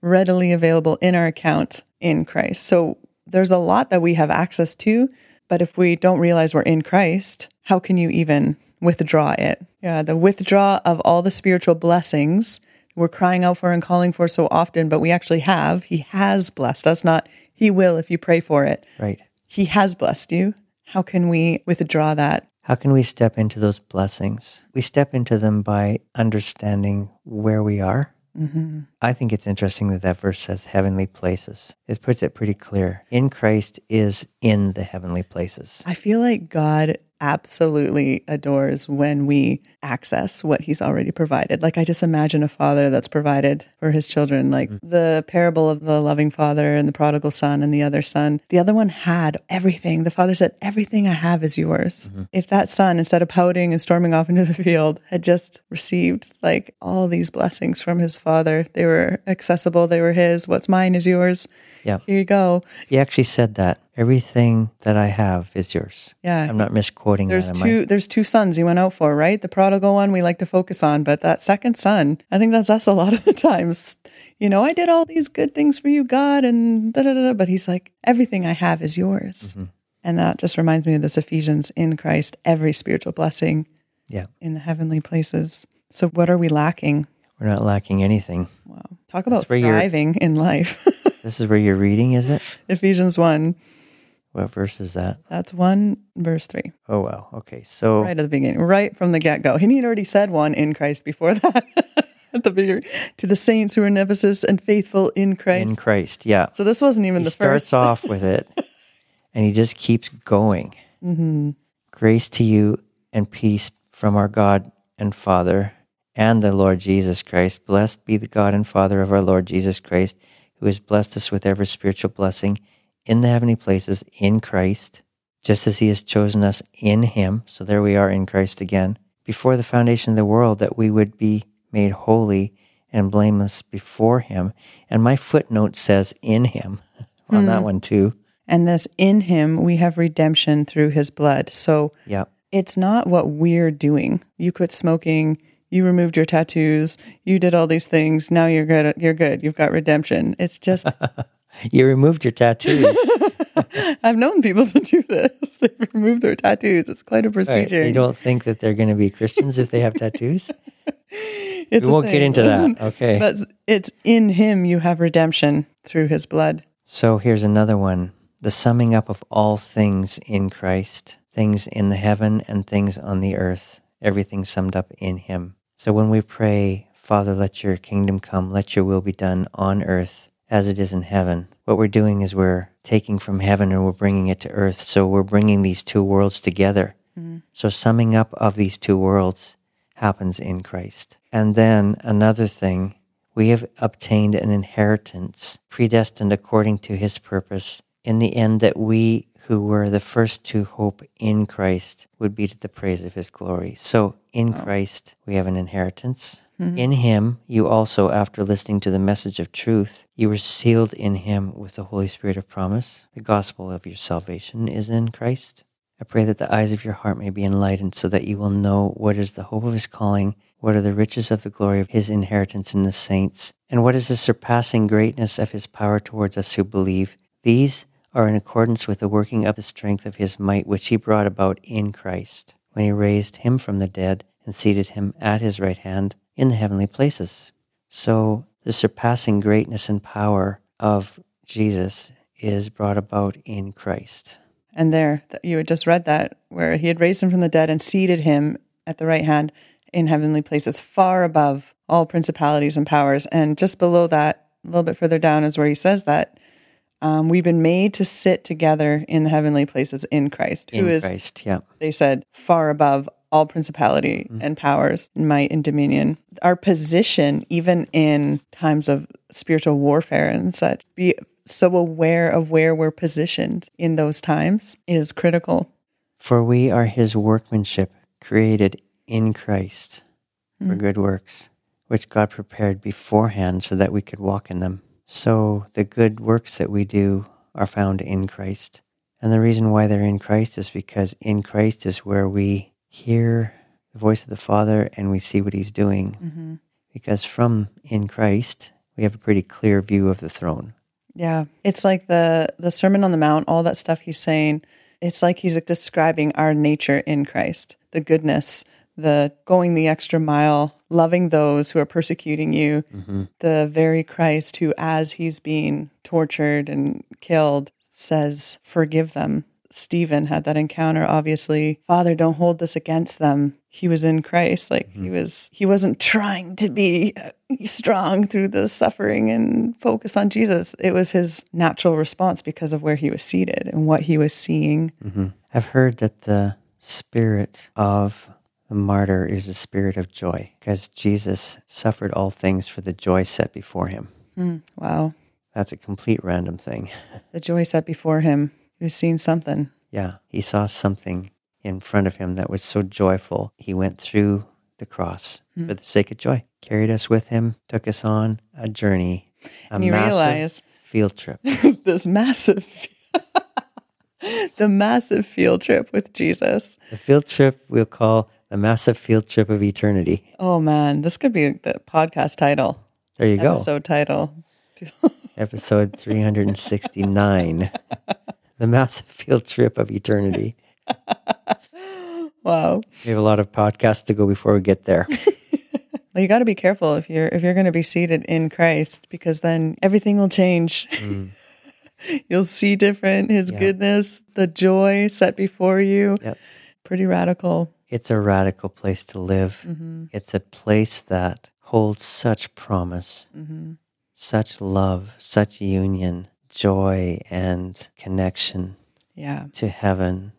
Speaker 2: readily available in our account in Christ. So there's a lot that we have access to, but if we don't realize we're in Christ, how can you even withdraw it. Yeah, the withdraw of all the spiritual blessings we're crying out for and calling for so often, but we actually have. He has blessed us, not He will if you pray for it.
Speaker 1: Right.
Speaker 2: He has blessed you. How can we withdraw that?
Speaker 1: How can we step into those blessings? We step into them by understanding where we are.
Speaker 2: Mm-hmm.
Speaker 1: I think it's interesting that that verse says heavenly places. It puts it pretty clear. In Christ is in the heavenly places.
Speaker 2: I feel like God absolutely adores when we access what he's already provided. Like I just imagine a father that's provided for his children, like the parable of the loving father and the prodigal son and the other son. The other one had everything. The father said, "Everything I have is yours." If that son instead of pouting and storming off into the field had just received like all these blessings from his father, they were accessible, they were his, what's mine is yours.
Speaker 1: Yeah.
Speaker 2: Here you go.
Speaker 1: He actually said that everything that I have is yours.
Speaker 2: Yeah.
Speaker 1: I'm not misquoting
Speaker 2: There's
Speaker 1: that. am I?
Speaker 2: two. There's two sons he went out for, right? The prodigal one we like to focus on, but that second son, I think that's us a lot of the times. You know, I did all these good things for you, God, and da da da. da, But he's like, everything I have is yours, and that just reminds me of this Ephesians in Christ, every spiritual blessing
Speaker 1: Yeah.
Speaker 2: in the heavenly places. So, what are we lacking?
Speaker 1: We're not lacking anything.
Speaker 2: Wow, talk about
Speaker 1: where you're-
Speaker 2: thriving in life.
Speaker 1: This is where you're reading, is it?
Speaker 2: Ephesians one.
Speaker 1: What verse is that?
Speaker 2: That's one verse three,
Speaker 1: Oh, wow. Okay. So
Speaker 2: right at the beginning, right from the get go. And he had already said one in Christ before that. at the beginning, to the saints who are in Ephesus and faithful in Christ.
Speaker 1: in Christ. Yeah.
Speaker 2: so this wasn't even
Speaker 1: he
Speaker 2: the
Speaker 1: starts
Speaker 2: first.
Speaker 1: off with it and he just keeps going. Grace to you and peace from our God and Father and the Lord Jesus Christ. Blessed be the God and Father of our Lord Jesus Christ, who has blessed us with every spiritual blessing in the heavenly places in Christ, just as he has chosen us in him. So there we are in Christ again, before the foundation of the world, that we would be made holy and blameless before him. And my footnote says in him on that one too.
Speaker 2: and thus in him we have redemption through his blood. So
Speaker 1: Yeah.
Speaker 2: it's not what we're doing. You quit smoking. You removed your tattoos. You did all these things. Now you're good. You're good. You've got redemption. It's just
Speaker 1: You removed your tattoos.
Speaker 2: I've known people to do this. They remove their tattoos. It's quite a
Speaker 1: Right.
Speaker 2: procedure.
Speaker 1: You don't think that they're going to be Christians if they have tattoos?
Speaker 2: It's
Speaker 1: We
Speaker 2: a
Speaker 1: won't get
Speaker 2: thing.
Speaker 1: into that. Okay.
Speaker 2: But it's in him you have redemption through his blood.
Speaker 1: So here's another one the summing up of all things in Christ, things in the heaven and things on the earth, everything summed up in Him. So when we pray, Father, let your kingdom come, let your will be done on earth as it is in heaven, what we're doing is we're taking from heaven and we're bringing it to earth. So we're bringing these two worlds together. So summing up of these two worlds happens in Christ. And then another thing, we have obtained an inheritance predestined according to his purpose in the end that we who were the first to hope in Christ would be to the praise of his glory. So in Christ we have an inheritance. In him you also after listening to the message of truth you were sealed in him with the Holy Spirit of promise. The gospel of your salvation is in Christ. I pray that the eyes of your heart may be enlightened so that you will know what is the hope of his calling, what are the riches of the glory of his inheritance in the saints, and what is the surpassing greatness of his power towards us who believe. These are in accordance with the working of the strength of his might, which he brought about in Christ, when he raised him from the dead and seated him at his right hand in the heavenly places. So the surpassing greatness and power of Jesus is brought about in Christ.
Speaker 2: And there, th- you had just read that, where he had raised him from the dead and seated him at the right hand in heavenly places, far above all principalities and powers. And just below that, a little bit further down, is where he says that um, we've been made to sit together in the heavenly places in Christ,
Speaker 1: In
Speaker 2: who is,
Speaker 1: Christ, yeah.
Speaker 2: they said, far above all principality and powers, might and dominion. Our position, even in times of spiritual warfare and such, be so aware of where we're positioned in those times is critical.
Speaker 1: For we are his workmanship, created in Christ for good works, which God prepared beforehand so that we could walk in them. So the good works that we do are found in Christ. And the reason why they're in Christ is because in Christ is where we hear the voice of the Father and we see what he's doing. Because from in Christ, we have a pretty clear view of the throne.
Speaker 2: Yeah. It's like the the Sermon on the Mount, all that stuff he's saying, it's like he's describing our nature in Christ, the goodness, the going the extra mile, loving those who are persecuting you, the very Christ who, as he's being tortured and killed, says, Forgive them. Stephen had that encounter, obviously. Father, don't hold this against them. He was in Christ. Like he was, he wasn't trying to be uh, strong through the suffering and focus on Jesus. It was his natural response because of where he was seated and what he was seeing.
Speaker 1: I've heard that the spirit of the martyr is a spirit of joy because Jesus suffered all things for the joy set before him.
Speaker 2: Wow.
Speaker 1: That's a complete random thing.
Speaker 2: The joy set before him. He was seeing something.
Speaker 1: Yeah, he saw something in front of him that was so joyful. He went through the cross
Speaker 2: Hmm.
Speaker 1: for the sake of joy, carried us with him, took us on a journey, a
Speaker 2: And you
Speaker 1: massive
Speaker 2: realize
Speaker 1: field trip.
Speaker 2: this massive, the massive field trip with Jesus.
Speaker 1: the field trip we'll call the massive field trip of eternity.
Speaker 2: Oh man, this could be the podcast title,
Speaker 1: There you go.
Speaker 2: episode title.
Speaker 1: episode 369 the massive field trip of eternity
Speaker 2: Wow.
Speaker 1: we have a lot of podcasts to go before we get there
Speaker 2: Well, you got to be careful if you're if you're going to be seated in Christ, because then everything will change.
Speaker 1: Mm.
Speaker 2: You'll see different His goodness, the joy set before you.
Speaker 1: Yep.
Speaker 2: Pretty radical.
Speaker 1: it's a radical place to live it's a place that holds such promise such love such union joy and connection
Speaker 2: Yeah.
Speaker 1: to heaven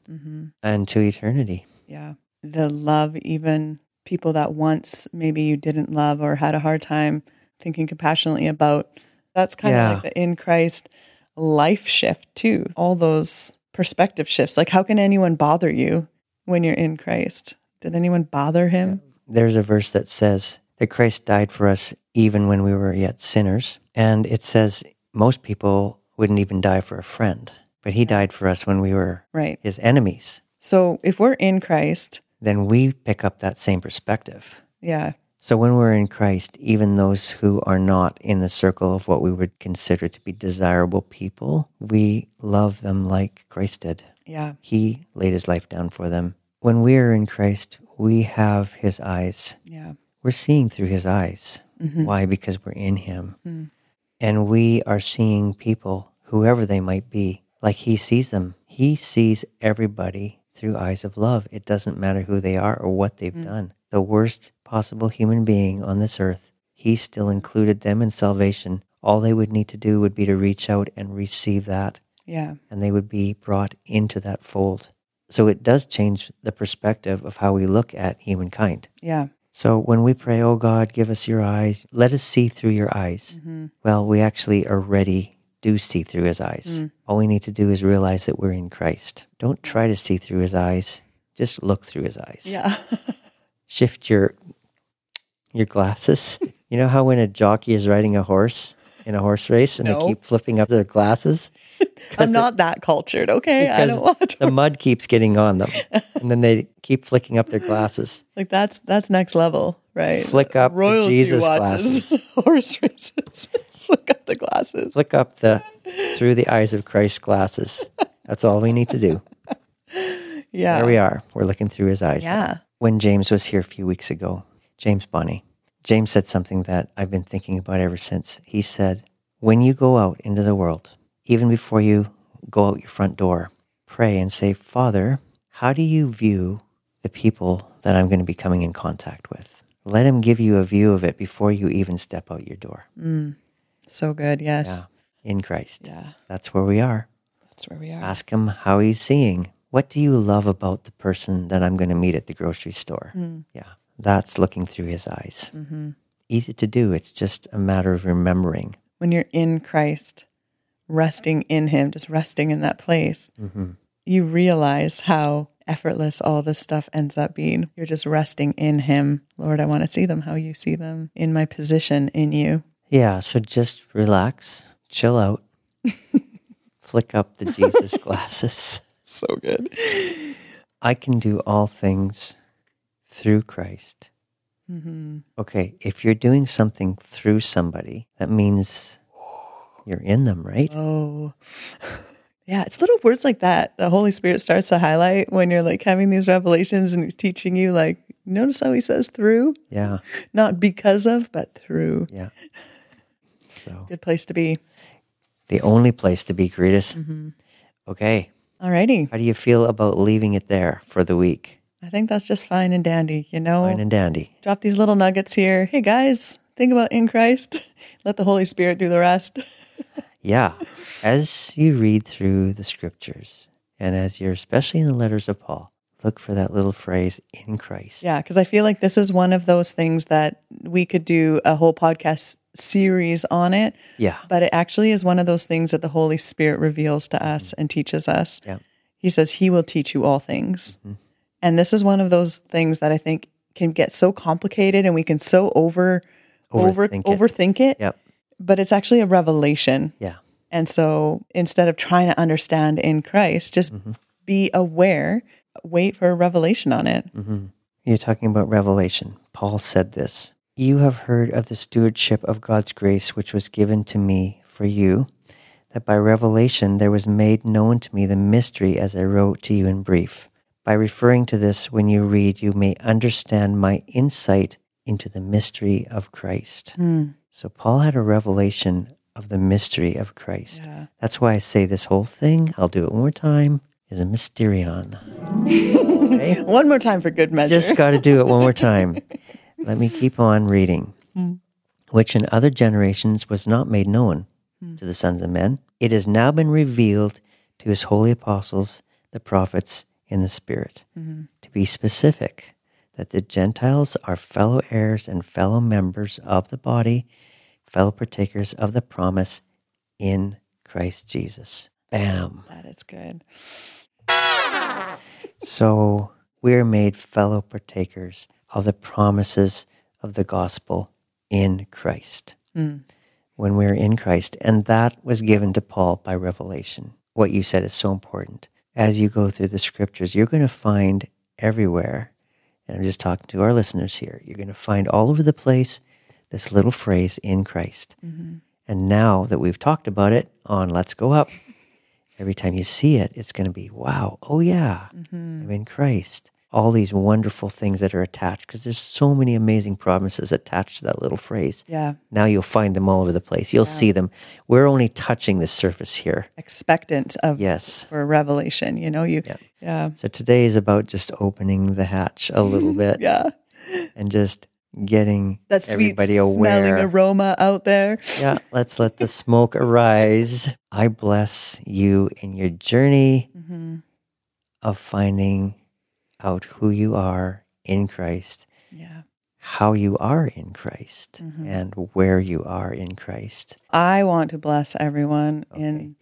Speaker 1: and to eternity
Speaker 2: Yeah. The love, even people that once maybe you didn't love or had a hard time thinking compassionately about. That's kind
Speaker 1: Yeah.
Speaker 2: of like the in Christ life shift, too. All those perspective shifts. Like, how can anyone bother you when you're in Christ? Did anyone bother him?
Speaker 1: there's a verse that says that Christ died for us even when we were yet sinners. And it says most people wouldn't even die for a friend, but he died for us when we were
Speaker 2: Right.
Speaker 1: his enemies.
Speaker 2: So, if we're in Christ,
Speaker 1: Then we pick up that same perspective.
Speaker 2: yeah,
Speaker 1: So when we're in Christ, even those who are not in the circle of what we would consider to be desirable people, we love them like Christ did.
Speaker 2: yeah,
Speaker 1: He laid his life down for them. When we are in Christ, we have his eyes
Speaker 2: yeah,
Speaker 1: we're seeing through his eyes. Why? Because we're in him. And we are seeing people, whoever they might be, like he sees them. He sees everybody through eyes of love. It doesn't matter who they are or what they've done. The worst possible human being on this earth, he still included them in salvation. All they would need to do would be to reach out and receive that
Speaker 2: yeah,
Speaker 1: and they would be brought into that fold. So it does change the perspective of how we look at humankind.
Speaker 2: yeah,
Speaker 1: So when we pray, Oh God, give us your eyes, let us see through your
Speaker 2: Mm.
Speaker 1: eyes.
Speaker 2: Mm-hmm.
Speaker 1: Well, we actually already do see through his eyes.
Speaker 2: Mm.
Speaker 1: All we need to do is realize that we're in Christ. Don't try to see through his eyes, just look through his eyes.
Speaker 2: yeah,
Speaker 1: Shift your your glasses. you know how when a jockey is riding a horse in a horse race and
Speaker 2: No.
Speaker 1: they keep flipping up their glasses?
Speaker 2: I'm not that cultured, okay? I
Speaker 1: because
Speaker 2: don't want to.
Speaker 1: the mud keeps getting on them. and then they keep flicking up their glasses.
Speaker 2: Like that's that's next level, right?
Speaker 1: Flick up the Jesus
Speaker 2: horse races. Flick up the glasses.
Speaker 1: flick up the through the eyes of Christ glasses. That's all we need to do.
Speaker 2: Yeah,
Speaker 1: There we are. We're looking through his eyes. now.
Speaker 2: yeah,
Speaker 1: When James was here a few weeks ago, James Bonney, James said something that I've been thinking about ever since. He said, When you go out into the world, even before you go out your front door, pray and say, Father, how do you view the people that I'm going to be coming in contact with? Let him give you a view of it before you even step out your door.
Speaker 2: so good. Yes,
Speaker 1: Yeah. Ah. In Christ.
Speaker 2: Mm. Yeah.
Speaker 1: That's where we are.
Speaker 2: that's where we are.
Speaker 1: Ask him how he's seeing. What do you love about the person that I'm going to meet at the grocery store?
Speaker 2: Hmm.
Speaker 1: Yeah, that's looking through his eyes.
Speaker 2: Mm-hmm.
Speaker 1: Easy to do. It's just a matter of remembering.
Speaker 2: When you're in Christ, resting in Him, just resting in that place,
Speaker 1: Mm-hmm.
Speaker 2: you realize how effortless all this stuff ends up being. You're just resting in Him. Lord, I want to see them how you see them in my position in you.
Speaker 1: Yeah, so just relax, chill out, flick up the Jesus glasses.
Speaker 2: So good.
Speaker 1: I can do all things through Christ.
Speaker 2: Mm-hmm.
Speaker 1: Okay, if you're doing something through somebody, that means you're in them, right?
Speaker 2: Oh. Yeah, it's little words like that. The Holy Spirit starts to highlight when you're like having these revelations and he's teaching you like Notice how he says through,
Speaker 1: Yeah.
Speaker 2: not because of, but through.
Speaker 1: Yeah. So
Speaker 2: Good place to be.
Speaker 1: the only place to be, Gretus.
Speaker 2: Mm-hmm.
Speaker 1: Okay.
Speaker 2: All righty.
Speaker 1: How do you feel about leaving it there for the week?
Speaker 2: I think that's just fine and dandy, you know?
Speaker 1: Fine and dandy.
Speaker 2: Drop these little nuggets here. Hey guys, think about in Christ. Let the Holy Spirit do the rest.
Speaker 1: Yeah. As you read through the scriptures, and as you're especially in the letters of Paul, look for that little phrase in Christ.
Speaker 2: Yeah, because I feel like this is one of those things that we could do a whole podcast series on it,
Speaker 1: Yeah.
Speaker 2: but it actually is one of those things that the Holy Spirit reveals to us and teaches us.
Speaker 1: Mm-hmm. Yeah. Mm-hmm.
Speaker 2: He says, He will teach you all things. And this is one of those things that I think can get so complicated and we can so over, over,
Speaker 1: Overthink it.
Speaker 2: overthink it,
Speaker 1: Yep.
Speaker 2: but it's actually a revelation.
Speaker 1: Yeah.
Speaker 2: And so instead of trying to understand in Christ, just
Speaker 1: Mm-hmm.
Speaker 2: be aware, wait for a revelation on it.
Speaker 1: You're talking about Revelation. Paul said this You have heard of the stewardship of God's grace, which was given to me for you, that by revelation there was made known to me the mystery as I wrote to you in brief. By referring to this when you read, you may understand my insight into the mystery of Christ. So, Paul had a revelation of the mystery of Christ.
Speaker 2: Yeah.
Speaker 1: That's why I say this whole thing, I'll do it one more time, is a mysterion. Okay?
Speaker 2: One more time for good measure.
Speaker 1: just got to do it one more time. Let me keep on reading. Which in other generations was not made known to the sons of men. It has now been revealed to his holy apostles, the prophets, in the Spirit. To be specific, that the Gentiles are fellow heirs and fellow members of the body, fellow partakers of the promise in Christ Jesus. Bam.
Speaker 2: that is good.
Speaker 1: So we're made fellow partakers of the promises of the gospel in Christ. When we're in Christ. And that was given to Paul by revelation. What you said is so important. As you go through the scriptures, you're going to find everywhere, and I'm just talking to our listeners here, you're going to find all over the place this little phrase in Christ. And now that we've talked about it on Let's Go Up, every time you see it, it's going to be, wow, oh yeah, I'm in Christ. All these wonderful things that are attached because there's so many amazing promises attached to that little phrase.
Speaker 2: Yeah.
Speaker 1: Now you'll find them all over the place. You'll see them. We're only touching the surface here.
Speaker 2: Expectant of
Speaker 1: Yes.
Speaker 2: for revelation. You know, you yeah. Yeah.
Speaker 1: So today is about just opening the hatch a little bit and just getting
Speaker 2: That sweet
Speaker 1: everybody
Speaker 2: smelling
Speaker 1: aware.
Speaker 2: aroma out there.
Speaker 1: yeah, let's let the smoke arise. I bless you in your journey of finding out who you are in Christ,
Speaker 2: Yeah.
Speaker 1: how you are in Christ,
Speaker 2: Mm-hmm.
Speaker 1: and where you are in Christ.
Speaker 2: I want to bless everyone in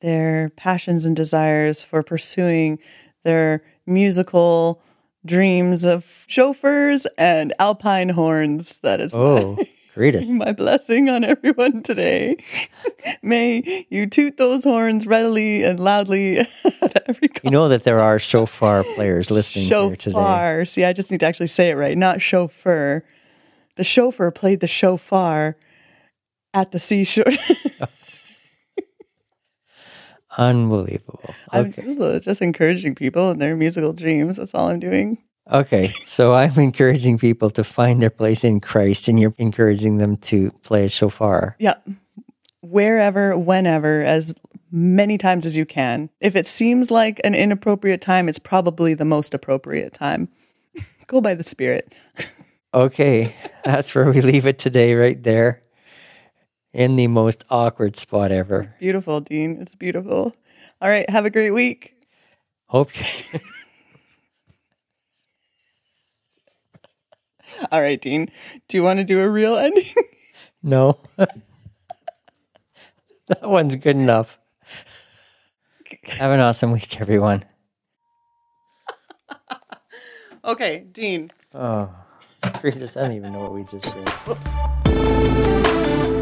Speaker 2: their passions and desires for pursuing their musical dreams of chauffeurs and alpine horns. That is
Speaker 1: Oh, greet it.
Speaker 2: my blessing on everyone today. May you toot those horns readily and loudly at every
Speaker 1: You know that there are shofar players listening here today.
Speaker 2: Shofar. See, I just need to actually say it right, not chauffeur. The chauffeur played the shofar at the seashore.
Speaker 1: Unbelievable.
Speaker 2: I'm
Speaker 1: Okay.
Speaker 2: just, uh, just encouraging people in their musical dreams. That's all I'm doing.
Speaker 1: Okay, so I'm encouraging people to find their place in Christ, and you're encouraging them to play a shofar.
Speaker 2: Yeah. Wherever, whenever, as many times as you can. If it seems like an inappropriate time, it's probably the most appropriate time. Go by the spirit.
Speaker 1: Okay, that's where we leave it today, right there, in the most awkward spot ever.
Speaker 2: Beautiful, Dean. It's beautiful. All right. Have a great week.
Speaker 1: Hope
Speaker 2: All right, Dean. Do you want to do a real ending?
Speaker 1: no, that one's good enough. Have an awesome week, everyone.
Speaker 2: okay, Dean.
Speaker 1: Oh, I don't even know what we just did.